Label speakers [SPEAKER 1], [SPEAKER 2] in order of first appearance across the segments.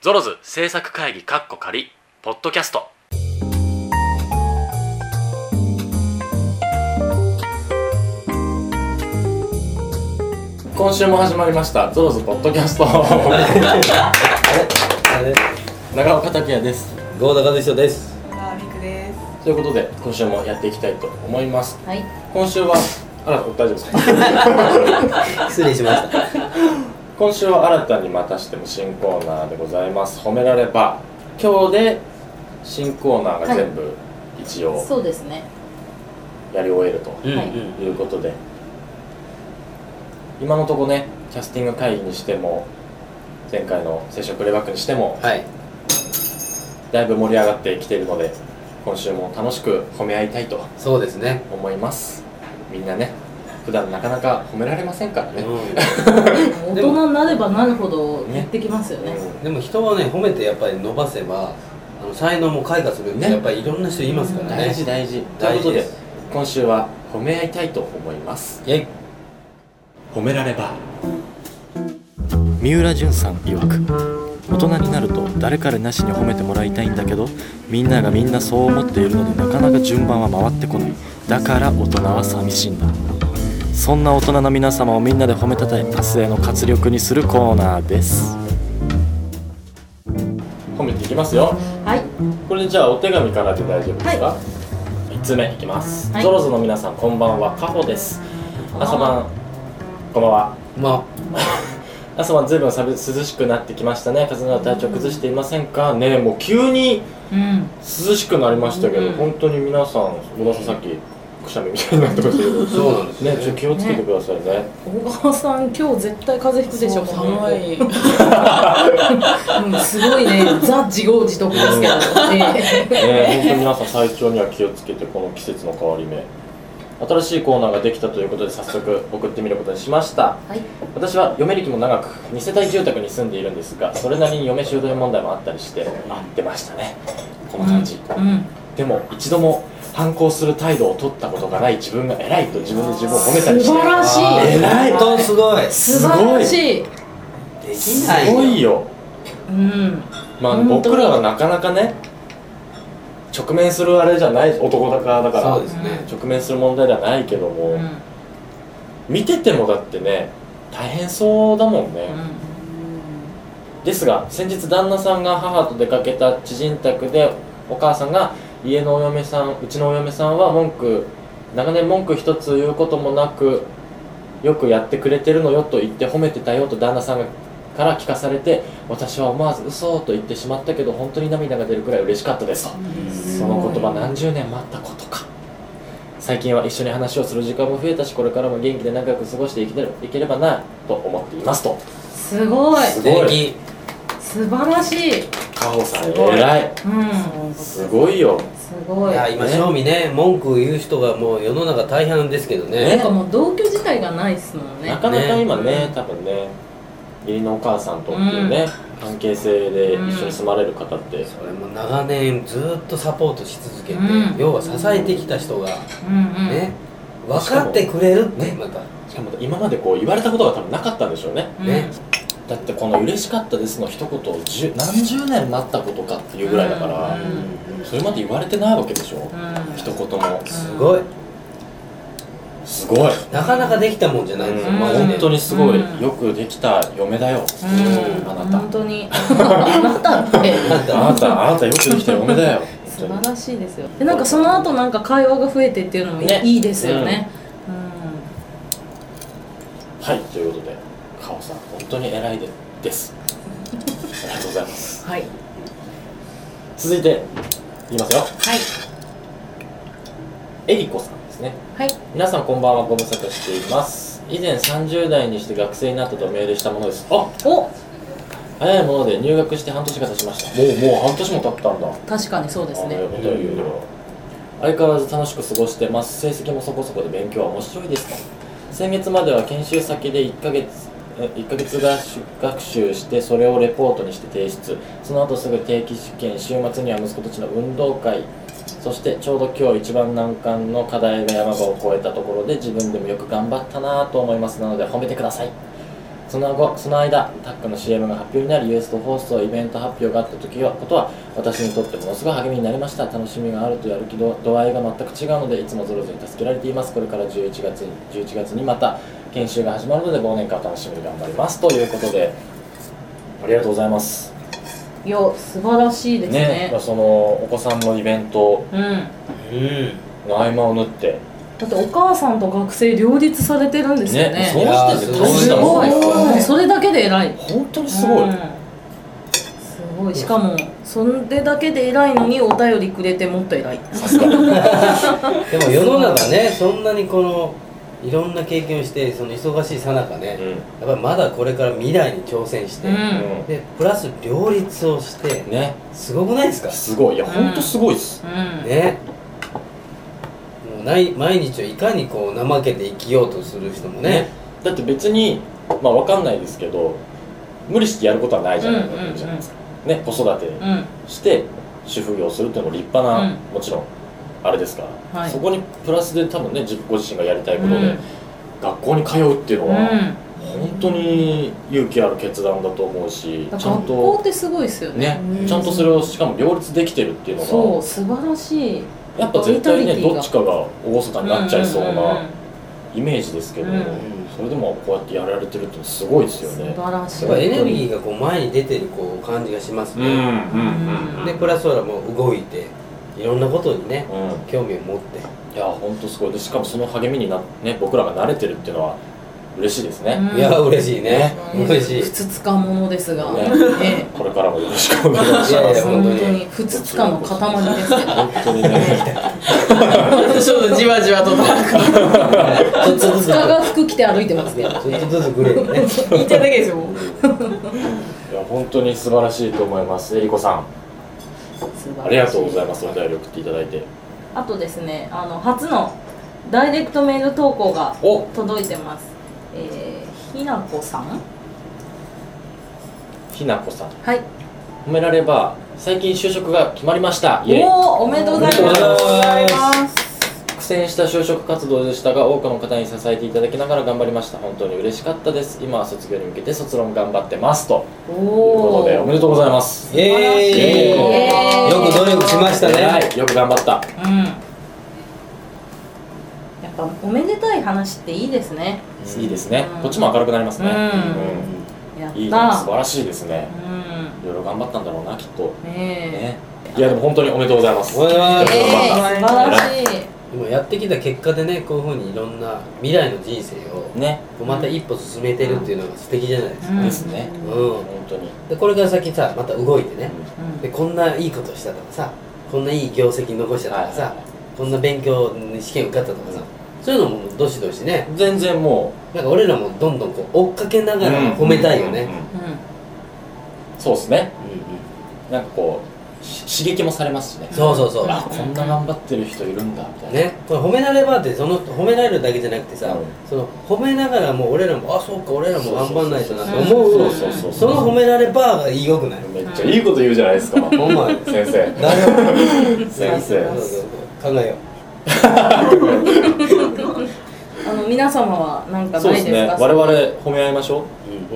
[SPEAKER 1] ゾロズ制作会議カッコ仮ポッドキャスト今週も始まりましたゾロズポッドキャスト
[SPEAKER 2] あれ
[SPEAKER 1] 長岡拓也です
[SPEAKER 2] ゴーダ和人です。
[SPEAKER 3] あ、みくです。
[SPEAKER 1] ということで今週もやっていきたいと思います
[SPEAKER 3] はい。
[SPEAKER 1] 今週はあら大丈夫ですか
[SPEAKER 2] 失 礼しました。
[SPEAKER 1] 今週は新たにまたしても新コーナーでございます褒められば今日で新コーナーが全部一応
[SPEAKER 3] そうですね。
[SPEAKER 1] やり終えると、
[SPEAKER 2] うん
[SPEAKER 3] はい
[SPEAKER 1] ということで今のとこねキャスティング会議にしても前回のセッションプレイバックにしても
[SPEAKER 2] はい。
[SPEAKER 1] だいぶ盛り上がってきているので今週も楽しく褒め合いたいと
[SPEAKER 2] そうですね。
[SPEAKER 1] 思いますみんなね普段なかなか褒められませんからね、
[SPEAKER 3] 大人になればなるほど言ってきますよね。
[SPEAKER 2] でも人はね褒めてやっぱり伸ばせばあの才能も開花するって、
[SPEAKER 1] ね
[SPEAKER 2] やっぱりいろんな人いますからね
[SPEAKER 1] 大。事大事とい
[SPEAKER 2] 大
[SPEAKER 1] うこと
[SPEAKER 2] 事
[SPEAKER 1] で
[SPEAKER 2] です
[SPEAKER 1] 今週は褒め合いたいと思います
[SPEAKER 2] イェイ
[SPEAKER 1] 褒められば三浦淳さん曰く大人になると誰彼なしに褒めてもらいたいんだけどみんながみんなそう思っているのでなかなか順番は回ってこないだから大人は寂しいんだそんな大人の皆様をみんなで褒めたたえ明日への活力にするコーナーです褒めていきますよ
[SPEAKER 3] はい。
[SPEAKER 1] これじゃあお手紙からで大丈夫ですか、
[SPEAKER 3] は
[SPEAKER 1] 3つ目いきます、
[SPEAKER 3] はい
[SPEAKER 1] ゾロゾの皆さんこんばんはカホです朝晩こんばんは
[SPEAKER 2] ま
[SPEAKER 1] 朝晩ずいぶん寒涼しくなってきましたね風邪など体調崩していませんかねえもう急に
[SPEAKER 3] うん。
[SPEAKER 1] 涼しくなりましたけど、
[SPEAKER 3] うん
[SPEAKER 1] 本当に皆さん小田さんさっきくしゃみみたいになってま したけど
[SPEAKER 2] あそうなんです
[SPEAKER 1] ねちょっと気をつけてくださいね
[SPEAKER 3] 小川さん、今日絶対風邪ひくでしょ。
[SPEAKER 4] 寒
[SPEAKER 3] い。
[SPEAKER 4] い。
[SPEAKER 3] うん、すごいね。ザ自業自得ですけど。え
[SPEAKER 1] ね本当に皆さん体調には気をつけてこの季節の変わり目新しいコーナーができたということで早速送ってみることにしました
[SPEAKER 3] えはい。
[SPEAKER 1] 私は嫁歴も長く2世帯住宅に住んでいるんですがそれなりに嫁修道問題もあったりしてあ出ましたねこの感じ、
[SPEAKER 3] うん。
[SPEAKER 1] でも一度も反抗する態度を取ったことがない自分が偉いと自分で自分を褒めたりして
[SPEAKER 3] 素晴
[SPEAKER 2] あ。
[SPEAKER 3] らしい
[SPEAKER 2] あー
[SPEAKER 1] 偉い
[SPEAKER 2] 本当すごい。です
[SPEAKER 3] 素晴らしい。
[SPEAKER 2] きない
[SPEAKER 1] す
[SPEAKER 2] よ。
[SPEAKER 1] ごいよ
[SPEAKER 3] うん。
[SPEAKER 1] まあ
[SPEAKER 3] 本当
[SPEAKER 1] 僕らはなかなかね直面するあれじゃない男だからだか
[SPEAKER 2] そうで
[SPEAKER 1] ら
[SPEAKER 2] すね。
[SPEAKER 1] 直面する問題ではないけども、
[SPEAKER 3] うん。
[SPEAKER 1] 見ててもだってね大変そうだもんね、ですが先日旦那さんが母と出かけた知人宅でお母さんが家のお嫁さんうちのお嫁さんは文句長年文句一つ言うこともなくよくやってくれてるのよと言って褒めてたよと旦那さんから聞かされて私は思わず嘘と言ってしまったけど本当に涙が出るくらい嬉しかったですとその言葉何十年待ったことか最近は一緒に話をする時間も増えたしこれからも元気で仲良く過ごしていけれいければなと思っていますと
[SPEAKER 3] すごい。
[SPEAKER 1] すごい
[SPEAKER 2] 素敵。
[SPEAKER 3] 素晴らしい。
[SPEAKER 1] カホさん
[SPEAKER 3] すごい
[SPEAKER 1] 偉い
[SPEAKER 3] うん。
[SPEAKER 1] すごいよ
[SPEAKER 3] すご
[SPEAKER 2] い
[SPEAKER 3] い。
[SPEAKER 2] や今正味ね文句言う人がもう世の中大半ですけど
[SPEAKER 3] なん
[SPEAKER 2] ね。
[SPEAKER 3] かもう同居自体がないですもんね
[SPEAKER 1] な。かなか今ね
[SPEAKER 2] ね
[SPEAKER 1] 多分ね義理のお母さんとっていうね、関係性で一緒に住まれる方って、
[SPEAKER 2] それも長年ずっとサポートし続けて、
[SPEAKER 3] うん
[SPEAKER 2] 要は支えてきた人が
[SPEAKER 3] うんうん。
[SPEAKER 2] ね、分かってくれるってまた。
[SPEAKER 1] しかも今までこう言われたことが多分なかったんでしょうね
[SPEAKER 3] うん
[SPEAKER 2] ね
[SPEAKER 1] だってこの「嬉しかったです」の一言を十何十年待ったことかっていうぐらいだから、
[SPEAKER 3] うん
[SPEAKER 1] それまで言われてないわけでしょ、
[SPEAKER 3] うん
[SPEAKER 1] 一言も
[SPEAKER 2] すごい。
[SPEAKER 1] すごい、
[SPEAKER 2] なかなかできたもんじゃないですよ、
[SPEAKER 1] うんまあ、
[SPEAKER 2] マジで
[SPEAKER 1] 本当にすごい、
[SPEAKER 3] うん
[SPEAKER 1] よくできた嫁だよ、
[SPEAKER 3] うん、
[SPEAKER 1] あなた
[SPEAKER 3] 本当にあなたって
[SPEAKER 1] あなたあなたよくできた嫁だよ
[SPEAKER 3] 素晴らしいですよでなんかその後なんか会話が増えてっていうのもいい,、
[SPEAKER 1] ね
[SPEAKER 3] ですよね、
[SPEAKER 1] はいということでカオさん本当に偉いでですありがとうございます
[SPEAKER 3] うん、はいはい
[SPEAKER 1] 続いていきますよえりこさんですね
[SPEAKER 3] はい
[SPEAKER 1] 皆さんこんばんはご無沙汰しています以前30代にして学生になったとメールしたものですあ
[SPEAKER 3] お
[SPEAKER 1] 早いもので入学して半年が経ちましたもうもう半年も経ったんだ
[SPEAKER 3] 確かにそうです
[SPEAKER 1] あの
[SPEAKER 3] ね
[SPEAKER 1] ことを言うよ相変わらず楽しく過ごしてます成績もそこそこで勉強は面白いですと先月までは研修先で1ヶ月え1ヶ月合宿学習してそれをレポートにして提出その後すぐ定期試験週末には息子たちの運動会そしてちょうど今日一番難関の課題が山場を越えたところで自分でもよく頑張ったなぁと思いますなので褒めてくださいその後その間タックの CM が発表になりユースト放送イベント発表があった時はことは私にとってものすごい励みになりました楽しみがあるとやる気度度合いが全く違うのでいつもゾロゾロに助けられていますこれから11月に11月にまた研修が始まるので忘年会を楽しみに頑張りますということでありがとうございます
[SPEAKER 3] いや素晴らしいですね
[SPEAKER 1] まあそのお子さんのイベント
[SPEAKER 3] うん
[SPEAKER 2] うん
[SPEAKER 1] の合間を縫って
[SPEAKER 3] だってお母さんと学生両立されてるんですよね
[SPEAKER 1] ねそうしてて
[SPEAKER 2] いやー
[SPEAKER 1] 大
[SPEAKER 2] う
[SPEAKER 1] し
[SPEAKER 3] す
[SPEAKER 1] たも
[SPEAKER 3] ご
[SPEAKER 1] ん
[SPEAKER 3] い
[SPEAKER 1] ね
[SPEAKER 3] もうそれだけで偉い
[SPEAKER 1] 本当にすごい、
[SPEAKER 3] うんすごいしかもそれだけで偉いのにお便りくれてもっと偉い
[SPEAKER 1] さすが
[SPEAKER 2] でも世の中ねそんなにこのいろんな経験をしてその忙しいさなかね、やっぱりまだこれから未来に挑戦して、
[SPEAKER 3] うん
[SPEAKER 2] でプラス両立をして
[SPEAKER 1] うんね
[SPEAKER 2] すごくないですか
[SPEAKER 1] すごいいや
[SPEAKER 3] うん
[SPEAKER 1] 本当すごいっす、
[SPEAKER 3] うん
[SPEAKER 2] ねもうない毎日をいかにこう怠けて生きようとする人もね
[SPEAKER 1] ねだって別にまあわかんないですけど無理してやることはないじゃない
[SPEAKER 3] うんうんうん
[SPEAKER 1] じゃないですかね子育て
[SPEAKER 3] うん
[SPEAKER 1] して主婦業するっていうのも立派な、
[SPEAKER 3] うん
[SPEAKER 1] もちろんあれですから、
[SPEAKER 3] はい
[SPEAKER 1] そこにプラスで多分ね自ご自身がやりたいこ
[SPEAKER 3] う
[SPEAKER 1] とで、
[SPEAKER 3] ん
[SPEAKER 1] 学校に通うっていうの
[SPEAKER 3] う
[SPEAKER 1] は、
[SPEAKER 3] ん
[SPEAKER 1] 本当に勇気ある決断だと思うし
[SPEAKER 3] だ
[SPEAKER 1] ち
[SPEAKER 3] か
[SPEAKER 1] ゃ
[SPEAKER 3] ら
[SPEAKER 1] ん
[SPEAKER 3] 学校
[SPEAKER 1] と
[SPEAKER 3] ってすごいですよね
[SPEAKER 1] ね
[SPEAKER 3] うん
[SPEAKER 1] ちゃんとそれをしかも両立できてるっていう
[SPEAKER 3] そ
[SPEAKER 1] の
[SPEAKER 3] う素晴らしい
[SPEAKER 1] がやっぱ絶対
[SPEAKER 3] バ
[SPEAKER 1] ね
[SPEAKER 3] イタリティが
[SPEAKER 1] どっちかが厳かになっちゃいそう
[SPEAKER 3] うんうんうんう
[SPEAKER 1] なんイメージですけど、
[SPEAKER 3] うん
[SPEAKER 1] それでもこうやってやられてるってすごいですよ
[SPEAKER 3] 素
[SPEAKER 1] ね。
[SPEAKER 3] 晴らしい
[SPEAKER 2] やっぱエネルギーがこう前に出てるこう感じがしますね、
[SPEAKER 3] うん
[SPEAKER 2] でプラスはもう動いていろんなことにね
[SPEAKER 1] うん
[SPEAKER 2] 興味を持って
[SPEAKER 1] いや本当すごいでしかもその励みにな、ね、僕らが慣れてるっていうのは嬉しいですね、
[SPEAKER 3] うん
[SPEAKER 2] いや嬉しいね
[SPEAKER 3] うん
[SPEAKER 2] 嬉しい
[SPEAKER 3] ふつつかものですが、
[SPEAKER 1] ね
[SPEAKER 3] ね
[SPEAKER 1] これからもよろしくお願いします
[SPEAKER 2] いやいや本
[SPEAKER 3] 本当
[SPEAKER 2] 当
[SPEAKER 3] に
[SPEAKER 2] に
[SPEAKER 3] ふつつかの塊ですけど
[SPEAKER 1] 本当にね
[SPEAKER 3] ちょっとじわじわと高く
[SPEAKER 2] ちょっとず
[SPEAKER 3] つ
[SPEAKER 2] つ
[SPEAKER 3] かが服着て歩いてますけど
[SPEAKER 2] ちょっとずつグレーね
[SPEAKER 3] 言いたいだけですよ
[SPEAKER 1] いや本当に素晴らしいと思いますえりこさん ありがとうございますお便り送っていただいて
[SPEAKER 3] あとですねあの初のダイレクトメール投稿が
[SPEAKER 1] お
[SPEAKER 3] 届いてますえー、ひなこさん
[SPEAKER 1] ひなこさん
[SPEAKER 3] はい
[SPEAKER 1] 褒められば最近就職が決まりましたイエイ
[SPEAKER 3] おおおめでとうございます
[SPEAKER 1] おめでとうご
[SPEAKER 2] ざい
[SPEAKER 3] ます
[SPEAKER 1] 苦戦した就職活動でしたが多くの方に支えていただきながら頑張りました本当に嬉しかったです今は卒業に向けて卒論頑張ってますと
[SPEAKER 3] お
[SPEAKER 1] ということでお
[SPEAKER 3] お
[SPEAKER 1] めでとうございます
[SPEAKER 2] イエーイよく努力しました
[SPEAKER 1] は
[SPEAKER 2] ね
[SPEAKER 1] いよく頑張った
[SPEAKER 3] うんやっぱおめでたい話っていいですね
[SPEAKER 1] いいですね
[SPEAKER 3] うん
[SPEAKER 1] こっちも明るくなりますね
[SPEAKER 3] うんやっ
[SPEAKER 1] う
[SPEAKER 3] た
[SPEAKER 1] んいいね素晴らしいですね
[SPEAKER 3] うん
[SPEAKER 1] いろいろ頑張ったんだろうなきっと
[SPEAKER 3] ね
[SPEAKER 1] ねいやでも本当におめでとうございます
[SPEAKER 2] おめでとうござい
[SPEAKER 3] え
[SPEAKER 2] ます
[SPEAKER 3] えー、素晴らしい
[SPEAKER 2] でもやってきた結果でねこういうふうにいろんな未来の人生を
[SPEAKER 1] ね
[SPEAKER 2] こうまた一歩進めてるっていうのが素敵じゃないですか、
[SPEAKER 3] うん
[SPEAKER 1] ですね
[SPEAKER 2] うん
[SPEAKER 1] 本当に
[SPEAKER 2] でこれから先さまた動いてね
[SPEAKER 3] うん
[SPEAKER 2] でこんないいことしたとかさこんないい業績残したとか
[SPEAKER 1] はい
[SPEAKER 2] さ
[SPEAKER 1] はいはい
[SPEAKER 2] こんな勉強に試験受かったとかさそういうのもどしどしね
[SPEAKER 1] 全然も
[SPEAKER 2] なんか俺らもどんどんこう追っかけな
[SPEAKER 1] う
[SPEAKER 2] がら褒めたいよ
[SPEAKER 1] う
[SPEAKER 2] ね
[SPEAKER 1] んうん
[SPEAKER 3] うん
[SPEAKER 1] そうですね
[SPEAKER 2] うん
[SPEAKER 1] な
[SPEAKER 2] うん
[SPEAKER 1] んかこうし刺激もされますしね
[SPEAKER 2] そうそうそう
[SPEAKER 1] あこんな頑張ってる人いるんだみたいな
[SPEAKER 2] ね、これ褒められばってその褒められるだけじゃなくてさ、
[SPEAKER 1] うん
[SPEAKER 2] その褒めながらも俺らもあそうか俺らも頑張んないとなって思う
[SPEAKER 1] そうそうそう
[SPEAKER 2] その褒められばが良くない
[SPEAKER 1] めっちゃいいこと言うじゃない ですか
[SPEAKER 2] ほんまや
[SPEAKER 1] 先生
[SPEAKER 2] なるほ
[SPEAKER 1] 先
[SPEAKER 2] ど
[SPEAKER 1] 生
[SPEAKER 2] そうそうそう考えよ
[SPEAKER 3] あの皆様はなんか
[SPEAKER 1] そう
[SPEAKER 3] な
[SPEAKER 1] で
[SPEAKER 3] い
[SPEAKER 1] す
[SPEAKER 3] です
[SPEAKER 1] ね
[SPEAKER 3] か
[SPEAKER 1] 我々褒め合いましょう
[SPEAKER 2] う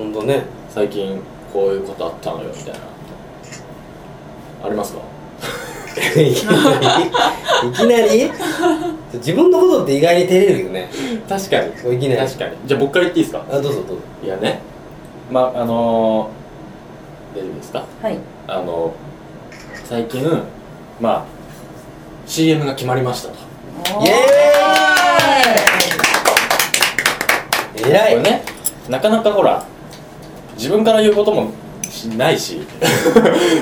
[SPEAKER 2] うん本当ね
[SPEAKER 1] 最近こういうことあったのよみたいなありますか
[SPEAKER 2] いきなり いきなり自分のことって意外に照れるよね
[SPEAKER 1] 確かに
[SPEAKER 2] こういきなり
[SPEAKER 1] 確かにじゃあ僕から言っていいですか
[SPEAKER 2] あどうぞどうぞ
[SPEAKER 1] いやねまああのー大丈夫ですか
[SPEAKER 3] はい
[SPEAKER 1] あの最近まあ CM が決まりましたと
[SPEAKER 2] イエーイ偉
[SPEAKER 1] こ
[SPEAKER 2] い
[SPEAKER 1] れねなかなかほら自分から言うこともしない し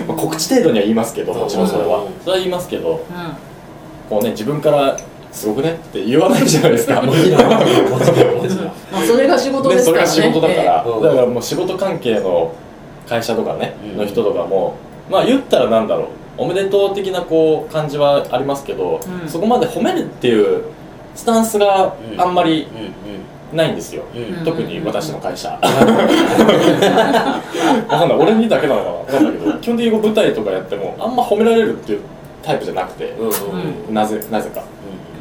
[SPEAKER 1] まあ告知程度には言いますけどもちろんそれは
[SPEAKER 2] うん
[SPEAKER 1] それは言いますけど
[SPEAKER 3] うん
[SPEAKER 1] こうね自分から「すごくね」って言わないじゃないですか
[SPEAKER 2] もちろんもちろんもちろん
[SPEAKER 3] まあそれが仕事で
[SPEAKER 1] ね、
[SPEAKER 3] す
[SPEAKER 1] そ
[SPEAKER 3] か
[SPEAKER 1] れ
[SPEAKER 3] ら
[SPEAKER 1] が
[SPEAKER 3] ね
[SPEAKER 1] 仕事だから、
[SPEAKER 2] ええうん
[SPEAKER 1] だからもう仕事関係の会社とかね、
[SPEAKER 2] うん
[SPEAKER 1] の人とかもまあ言ったらなんだろうおめでとう的なこう感じはありますけど、
[SPEAKER 3] うん
[SPEAKER 1] そこまで褒めるっていうスタンスが
[SPEAKER 2] うん
[SPEAKER 1] あんまり
[SPEAKER 2] う
[SPEAKER 1] ないんですよ、
[SPEAKER 2] んうんうん
[SPEAKER 3] ん
[SPEAKER 1] 特に私の会社 わかんない俺にだけなのかなわかんないけど基本的にこう舞台とかやってもあんま褒められるっていうタイプじゃなくて、
[SPEAKER 2] うんうんうん
[SPEAKER 1] なぜなぜか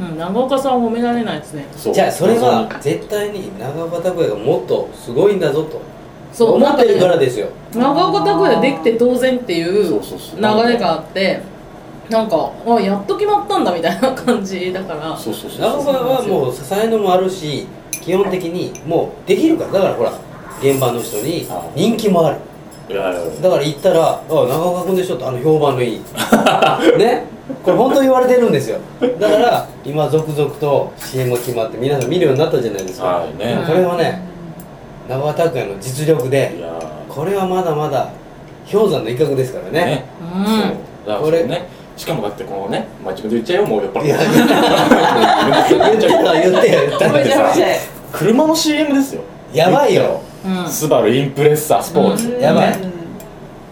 [SPEAKER 3] うん長岡さん褒められないですね
[SPEAKER 1] そう
[SPEAKER 2] じゃあそれは絶対に長岡拓也がもっとすごいんだぞと
[SPEAKER 3] そう
[SPEAKER 2] 思ってるからですよ
[SPEAKER 3] 長岡拓也できて当然っていう
[SPEAKER 2] そ
[SPEAKER 3] 流
[SPEAKER 2] うそうそう
[SPEAKER 3] れがあってなんかあやっと決まったんだみたいな感じだから
[SPEAKER 2] そうそうそう長岡はもう支えのもあるし基本的にもうできるからだからほら現場の人に人気もある
[SPEAKER 1] いやいや
[SPEAKER 2] だから行ったら「あ長岡君でしょ」ってあの評判のいい ねこれ本当に言われてるんですよだから今続々と CM が決まって皆さん見るようになったじゃないですか、
[SPEAKER 1] はいね
[SPEAKER 2] これはね長岡拓也の実力
[SPEAKER 1] い
[SPEAKER 2] で
[SPEAKER 1] や
[SPEAKER 2] これはまだまだ氷山の一角ですからね
[SPEAKER 1] ね
[SPEAKER 3] う
[SPEAKER 1] そ
[SPEAKER 3] ん
[SPEAKER 1] うだからそれねしかもだってこのねまあ自分で言っちゃえよもうやっぱ
[SPEAKER 2] い
[SPEAKER 1] り
[SPEAKER 2] や言ってた言ってよ言った
[SPEAKER 1] だってさ
[SPEAKER 3] ごめんなさい
[SPEAKER 1] 車の CM ですよ
[SPEAKER 2] やばいよ
[SPEAKER 3] うん
[SPEAKER 1] スバルインプレッサースポーツ、
[SPEAKER 2] やばい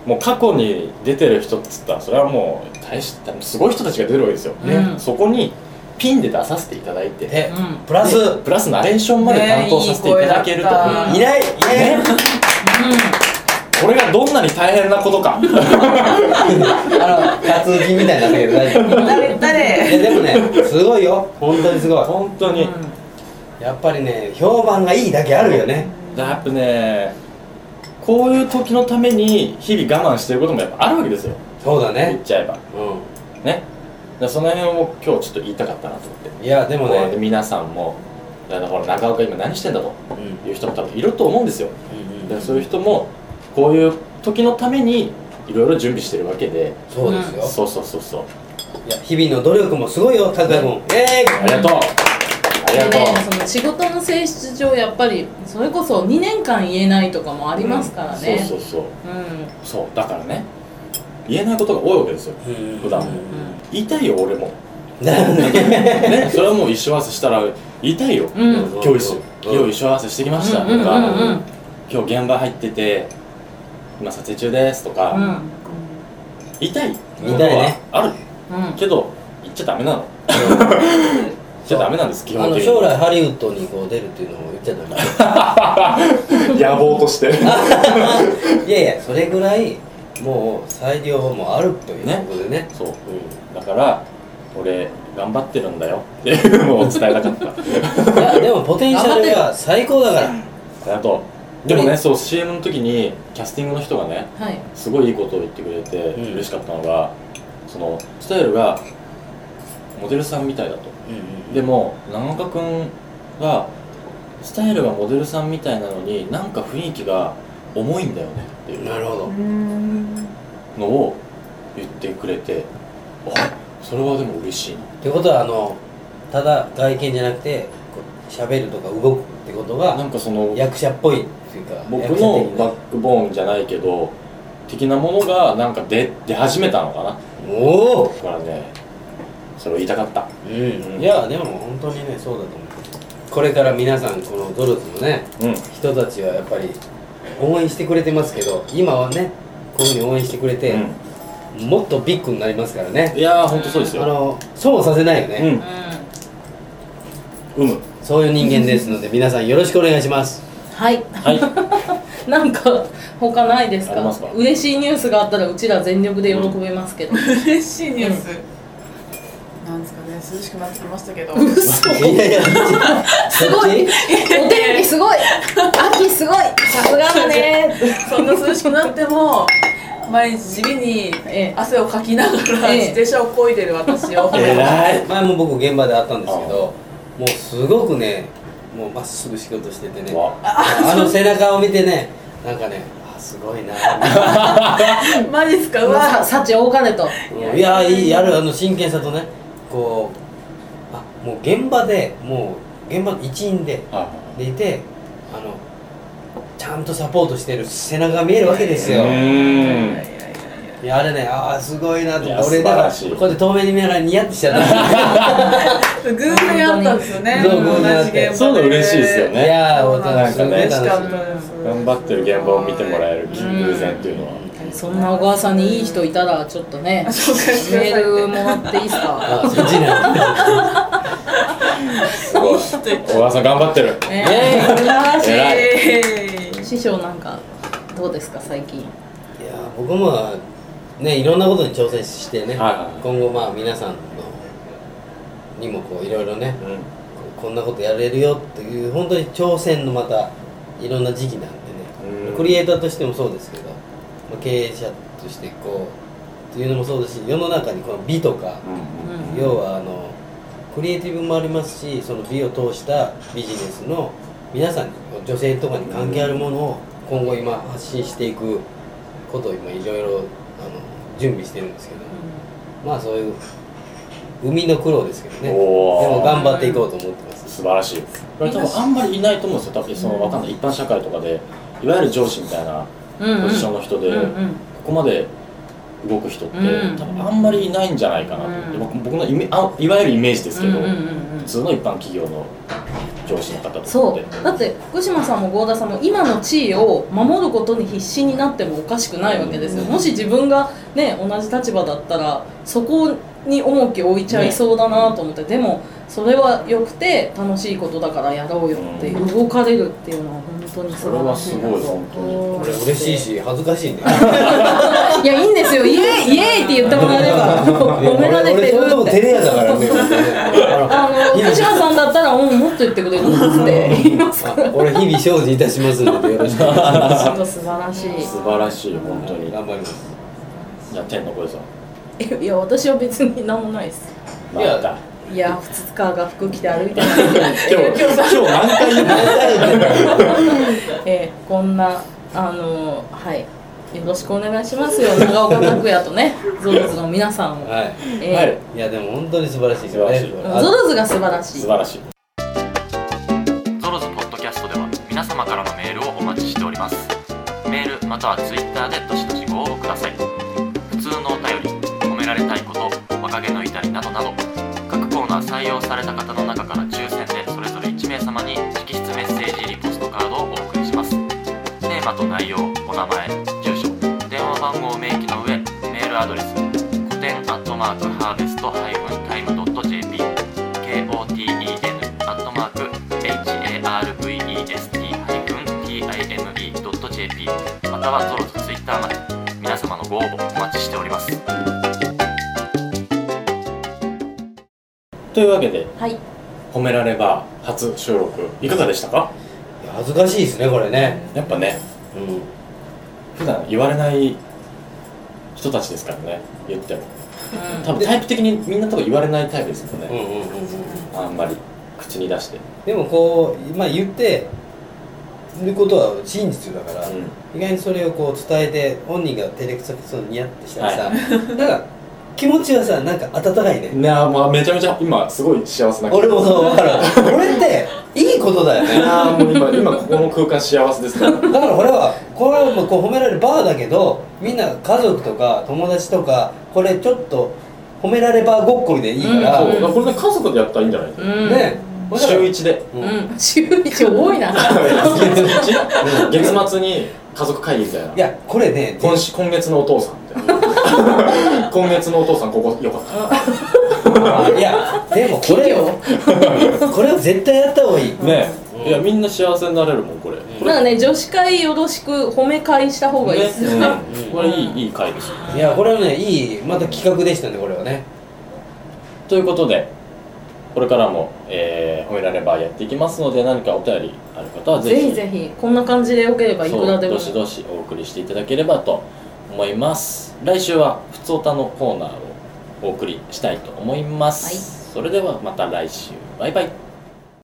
[SPEAKER 1] もう過去に出てる人っつったらそれはもう大したすごい人たちが出るわけですよ、
[SPEAKER 3] ねうん
[SPEAKER 1] そこにピンで出させていただいて
[SPEAKER 2] え
[SPEAKER 3] うん
[SPEAKER 2] プラス
[SPEAKER 1] でプラスナレーションまで担当させていただけると、
[SPEAKER 3] ねいい声だった
[SPEAKER 2] いないいない
[SPEAKER 1] これがどんなに大変なことか
[SPEAKER 2] あの活字みたいになったけど大丈夫
[SPEAKER 5] 誰
[SPEAKER 2] い
[SPEAKER 5] 誰
[SPEAKER 2] やでもねすごいよ本当にすごい
[SPEAKER 1] 本当に、
[SPEAKER 2] やっぱりね評判がいいだけあるよね
[SPEAKER 1] やっぱねこういう時のために日々我慢してることもやっぱあるわけですよ
[SPEAKER 2] そうだ
[SPEAKER 1] 言っ
[SPEAKER 2] ね
[SPEAKER 1] ちゃえば
[SPEAKER 2] う
[SPEAKER 1] ねだからその辺を今日ちょっと言いたかったなと思って
[SPEAKER 2] んいやでも
[SPEAKER 1] こうやって
[SPEAKER 2] ね
[SPEAKER 1] 皆さんもだからほら中岡今何してんだと
[SPEAKER 2] うんうん
[SPEAKER 1] いう人も多分いると思うんですよ
[SPEAKER 2] う
[SPEAKER 1] で
[SPEAKER 2] ん
[SPEAKER 1] そういう人もこういう時のためにいろいろ準備してるわけで
[SPEAKER 2] そうですよ
[SPEAKER 1] そうそうそうそう
[SPEAKER 2] いや日々の努力もすごいよ高君え
[SPEAKER 1] ありがとうあり
[SPEAKER 3] で
[SPEAKER 1] がと
[SPEAKER 3] ね
[SPEAKER 1] う、
[SPEAKER 3] その仕事の性質上やっぱりそれこそ2年間言えないとかもありますからね、
[SPEAKER 1] そうそうそう
[SPEAKER 3] うん
[SPEAKER 1] そうだからね言えないことが多いわけですよ
[SPEAKER 2] え
[SPEAKER 1] 普段言いたいよ俺も
[SPEAKER 2] なん で
[SPEAKER 1] ねそれはもう一緒合わせしたら言いたいよ、
[SPEAKER 3] うん
[SPEAKER 1] 今日一緒今日一緒合わせしてきましたとか、
[SPEAKER 3] うんうんうんうん
[SPEAKER 1] 今日現場入ってて今撮影中ですとか、
[SPEAKER 3] うん
[SPEAKER 1] 言いたい
[SPEAKER 2] 言いたいね
[SPEAKER 1] ことはある
[SPEAKER 3] うん
[SPEAKER 1] けど言っちゃダメなの言っちゃダメなんです基
[SPEAKER 2] あ
[SPEAKER 1] 本
[SPEAKER 2] の
[SPEAKER 1] 的に
[SPEAKER 2] 将来ハリウッドにこう出るっていうのも言っちゃダメ
[SPEAKER 1] 野望として
[SPEAKER 2] いやいやそれぐらいもう裁量もあるということでね
[SPEAKER 1] そう
[SPEAKER 2] う
[SPEAKER 1] だから俺頑張ってるんだよっていうのを伝えたかった
[SPEAKER 2] んいやでもポテンシャルが最高だから
[SPEAKER 1] あとでも
[SPEAKER 2] う
[SPEAKER 1] ね
[SPEAKER 2] ん
[SPEAKER 1] そう CM の時にキャスティングの人がね
[SPEAKER 3] はい
[SPEAKER 1] すごいいいことを言ってくれて
[SPEAKER 2] うん
[SPEAKER 1] 嬉しかったのが、そのスタイルがモデルさんみたいだとでも長岡君はスタイルがモデルさんみたいなのになんか雰囲気が重いんだよねっていう
[SPEAKER 2] なるほど
[SPEAKER 1] のを言ってくれてあそれはでも嬉しいな
[SPEAKER 2] ってことはあのただ外見じゃなくてこう喋るとか動くってこと
[SPEAKER 1] な
[SPEAKER 2] が
[SPEAKER 1] んかその
[SPEAKER 2] 役者っぽいっていうか
[SPEAKER 1] 僕
[SPEAKER 2] 役者
[SPEAKER 1] の
[SPEAKER 2] 的な
[SPEAKER 1] バックボーンじゃないけど的なものがなんか出出始めたのかな
[SPEAKER 2] おお
[SPEAKER 1] だからねそれを言いたかった
[SPEAKER 2] うんいやでも本当にねそうだと思うこれから皆さんこのドルツのね
[SPEAKER 1] うん
[SPEAKER 2] 人たちはやっぱり応援してくれてますけど今はねこういうふうに応援してくれて、もっとビッグになりますからね
[SPEAKER 1] いやーほんとそうです
[SPEAKER 2] あ
[SPEAKER 1] よ
[SPEAKER 2] の損をさせないよね、
[SPEAKER 1] うん
[SPEAKER 3] うん
[SPEAKER 1] うむ
[SPEAKER 2] そういう人間ですので皆さんよろしくお願いします
[SPEAKER 3] はい
[SPEAKER 1] はい
[SPEAKER 3] なんか他ないです
[SPEAKER 1] あり
[SPEAKER 3] か
[SPEAKER 1] ますか
[SPEAKER 3] 嬉しいニュースがあったらうちら全力で喜べます けど、
[SPEAKER 5] 嬉しいニュース、なんですかね涼しくなってきましたけど
[SPEAKER 3] 嘘
[SPEAKER 2] いやいや
[SPEAKER 3] すごいお天気すごい秋すごいさすがだね
[SPEAKER 5] そんな涼しくなっても毎日地味に
[SPEAKER 3] ええ
[SPEAKER 5] 汗をかきながら
[SPEAKER 3] ええ
[SPEAKER 5] 自転車を漕いでる私を、
[SPEAKER 1] 偉い
[SPEAKER 2] 前も僕現場で会ったんですけどもうすごくねもうまっすぐ仕事しててね
[SPEAKER 1] わ
[SPEAKER 2] あの背中を見てねなんかねあす ごいなぁ
[SPEAKER 5] マジっすか
[SPEAKER 3] う
[SPEAKER 5] う
[SPEAKER 3] わ
[SPEAKER 5] わ
[SPEAKER 3] 幸多かれと
[SPEAKER 2] うんいやいいやるあの真剣さとねこうあもう現場でもう現場の一員で
[SPEAKER 1] は
[SPEAKER 2] でいてあのちゃんとサポートしてる背中が見えるわけで
[SPEAKER 1] い
[SPEAKER 2] すよ、
[SPEAKER 1] うーん
[SPEAKER 2] いやあれねああすごいな
[SPEAKER 1] い
[SPEAKER 2] と思
[SPEAKER 1] や
[SPEAKER 2] って俺だから
[SPEAKER 1] 素晴らしい
[SPEAKER 2] こうやって透明に見えないニヤってしちゃった
[SPEAKER 5] 偶然あったんですよね
[SPEAKER 2] そう偶然あ
[SPEAKER 5] 同
[SPEAKER 2] って
[SPEAKER 5] じ現場で
[SPEAKER 1] そういうの嬉しいですよね
[SPEAKER 2] いやー
[SPEAKER 5] そう
[SPEAKER 2] 本
[SPEAKER 5] なん
[SPEAKER 2] 当
[SPEAKER 5] で
[SPEAKER 2] に
[SPEAKER 5] す
[SPEAKER 2] す
[SPEAKER 1] ね
[SPEAKER 2] ごい楽
[SPEAKER 5] 嬉しかった
[SPEAKER 2] し
[SPEAKER 5] です
[SPEAKER 1] 頑張ってる現場を見てもらえる偶然っていうのは
[SPEAKER 3] そんな小川さんにいい人いたらちょっとね
[SPEAKER 5] あ紹介してくださ
[SPEAKER 3] メ
[SPEAKER 5] いね
[SPEAKER 3] ールもらっていいです
[SPEAKER 2] あ
[SPEAKER 3] か
[SPEAKER 2] あそっちなんだ
[SPEAKER 1] すごい小川さん頑張ってる
[SPEAKER 3] ね
[SPEAKER 2] ええ
[SPEAKER 1] 偉い
[SPEAKER 5] ええ
[SPEAKER 3] 師匠なんかどうですか最近
[SPEAKER 2] いや僕もねいろんなことに挑戦して
[SPEAKER 1] は
[SPEAKER 2] ね、
[SPEAKER 1] いはい
[SPEAKER 2] 今後まあ皆さんのにもこういろいろね
[SPEAKER 1] うん
[SPEAKER 2] こうこんなことやれるよっていう本当に挑戦のまたいろんな時期なんでね、
[SPEAKER 1] うん
[SPEAKER 2] クリエイターとしてもそうですけど、まあ経営者としてこうっていうのもそうですし世の中にこの美とか、
[SPEAKER 3] うん
[SPEAKER 2] 要はあのクリエイティブもありますしその美を通したビジネスの皆さんに女性とかに関係あるものを今後今発信していくことを今いろいろあの準備してるんですけどまあそういう海の苦労ですけどねで
[SPEAKER 1] おー
[SPEAKER 2] も頑張っていこうと思ってます
[SPEAKER 1] 素晴らしいこれ多分あんまりいないと思うんですよ多分そのわかんない一般社会とかでいわゆる上司みたいな
[SPEAKER 3] うん
[SPEAKER 1] ポジションの人で、
[SPEAKER 3] うんうん
[SPEAKER 1] ここまで動く人って、
[SPEAKER 3] うん
[SPEAKER 1] 多分あんまりいないんじゃないかなと思って、
[SPEAKER 3] うん
[SPEAKER 1] 僕僕のイメあいわゆるイメージですけど、
[SPEAKER 3] うんうんうんうん
[SPEAKER 1] 普通の一般企業の上司の方とかって
[SPEAKER 3] そうだって福島さんも郷田さんも今の地位を守ることに必死になってもおかしくないわけですよ、
[SPEAKER 1] うん
[SPEAKER 3] もし自分がね同じ立場だったらそこに重きを置いちゃいそうだなと思って、でもそれは良くて楽しいことだからやろうよって
[SPEAKER 1] う
[SPEAKER 3] 動かれるっていうのは本当に
[SPEAKER 1] そ
[SPEAKER 3] 素
[SPEAKER 1] れ
[SPEAKER 3] 晴
[SPEAKER 1] は
[SPEAKER 3] らし
[SPEAKER 1] す
[SPEAKER 3] いな
[SPEAKER 1] ごい
[SPEAKER 3] と
[SPEAKER 1] 本当に
[SPEAKER 2] これ嬉しいし恥ずかしいね
[SPEAKER 3] いやいいんですよイエーイイエーイって言ってもらえれば褒められて
[SPEAKER 2] 俺俺
[SPEAKER 3] る
[SPEAKER 2] そういうとこ
[SPEAKER 3] っ
[SPEAKER 2] 照
[SPEAKER 3] て
[SPEAKER 2] れ屋だからね本当ねあの
[SPEAKER 3] あの福島さんだったらうんもっと言ってくれるって言いますか
[SPEAKER 2] あ俺日々精進いたしますのでよろ しくお願いし
[SPEAKER 3] らちょっと素晴らしい
[SPEAKER 1] 素晴らしい本当
[SPEAKER 2] ます
[SPEAKER 1] に
[SPEAKER 2] 頑張ります
[SPEAKER 1] じゃあ天の声さん
[SPEAKER 3] えいや私は別に何もないです
[SPEAKER 1] また
[SPEAKER 3] いや2日が服着て歩いてない、
[SPEAKER 1] 今日今日何回言う
[SPEAKER 3] えーこんなあのーはいよろしくお願いしますよ長岡拓也とねゾルズの皆さんを、
[SPEAKER 2] はい
[SPEAKER 3] え
[SPEAKER 2] いやでも本当に素晴らしいですよね
[SPEAKER 1] 素晴
[SPEAKER 3] ーゾルズが素晴らし
[SPEAKER 1] 素
[SPEAKER 3] い
[SPEAKER 1] 晴らしい
[SPEAKER 6] ゾロズポッドキャストでは皆様からのメールをお待ちしておりますメールまたはツイッターでどしどしご応募ください普通のお便り褒められたいこと若気の至りなどなど各コーナー採用された方の中から抽選でそれぞれ1名様に直筆メッセージリポストカードをお送りしますテーマと内容お名前住所電話番号を明記の上メールアドレス古典アットマークハーベストハイフンタイムドット JP KOTEN アットマーク harvest-time.jp またはゾロとツイッターまで皆様のご応募お待ちしております
[SPEAKER 1] というわけで
[SPEAKER 3] はい
[SPEAKER 1] 褒められば初収録いかがでしたか
[SPEAKER 2] いや恥ずかしいですねこれね
[SPEAKER 1] やっぱね
[SPEAKER 2] うん
[SPEAKER 1] 普段言われない人たちですからね言っても多分タイプ的にみんなとか言われないタイプですもん
[SPEAKER 2] う
[SPEAKER 1] ね、
[SPEAKER 2] んうんうんうん
[SPEAKER 1] あんまり口に出して、
[SPEAKER 2] でもこうまあ言ってることは真実だから、意外にそれをこう伝えて本人が照れくさくそうにニヤってしたらさ、 なんか気持ちはさなんか温かいね
[SPEAKER 1] ねあまあめちゃめちゃ今すごい幸せな
[SPEAKER 2] 俺もそう分かる俺っていいことだよね
[SPEAKER 1] あもう今今ここの空間幸せですから
[SPEAKER 2] だから俺はこれはもうこう褒められるバーだけどみんな家族とか友達とかこれちょっと褒められバーごっこりでいいから、
[SPEAKER 1] そう
[SPEAKER 2] ね
[SPEAKER 1] だからこれね家族でやったらいいんじゃない
[SPEAKER 3] うん、
[SPEAKER 2] だから
[SPEAKER 1] 週一で
[SPEAKER 2] う
[SPEAKER 3] うんん、週一多いな
[SPEAKER 1] 月一月末に家族会議みたいない
[SPEAKER 2] やこれね
[SPEAKER 1] 今週今月のお父さんみたい な今月のお父さんここよかった
[SPEAKER 2] いやでもこれを これは絶対やった方がいい
[SPEAKER 1] ね
[SPEAKER 2] うん
[SPEAKER 1] いやみんな幸せになれるもんこれこれ
[SPEAKER 3] なんかね女子会よろしく褒め会した方がいいですよね
[SPEAKER 1] ねうんこれいいいい回ですよ
[SPEAKER 2] いやこれはねいいまた企画でしたねこれはね
[SPEAKER 1] ということでこれからも、えー、褒められばやっていきますので何かお便りある方はぜ
[SPEAKER 3] ぜ
[SPEAKER 1] ひ
[SPEAKER 3] ひぜひこんな感じでよければいくらでも
[SPEAKER 1] そうどしどしお送りしていただければと思います来週は「ふつおた」のコーナーをお送りしたいと思います、それではまた来週バイバイ